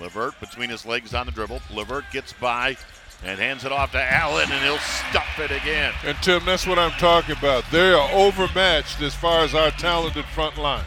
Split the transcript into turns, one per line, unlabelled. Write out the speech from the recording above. Levert between his legs on the dribble. Levert gets by and hands it off to Allen, and he'll stuff it again.
And Tim, that's what I'm talking about. They are overmatched as far as our talented front line.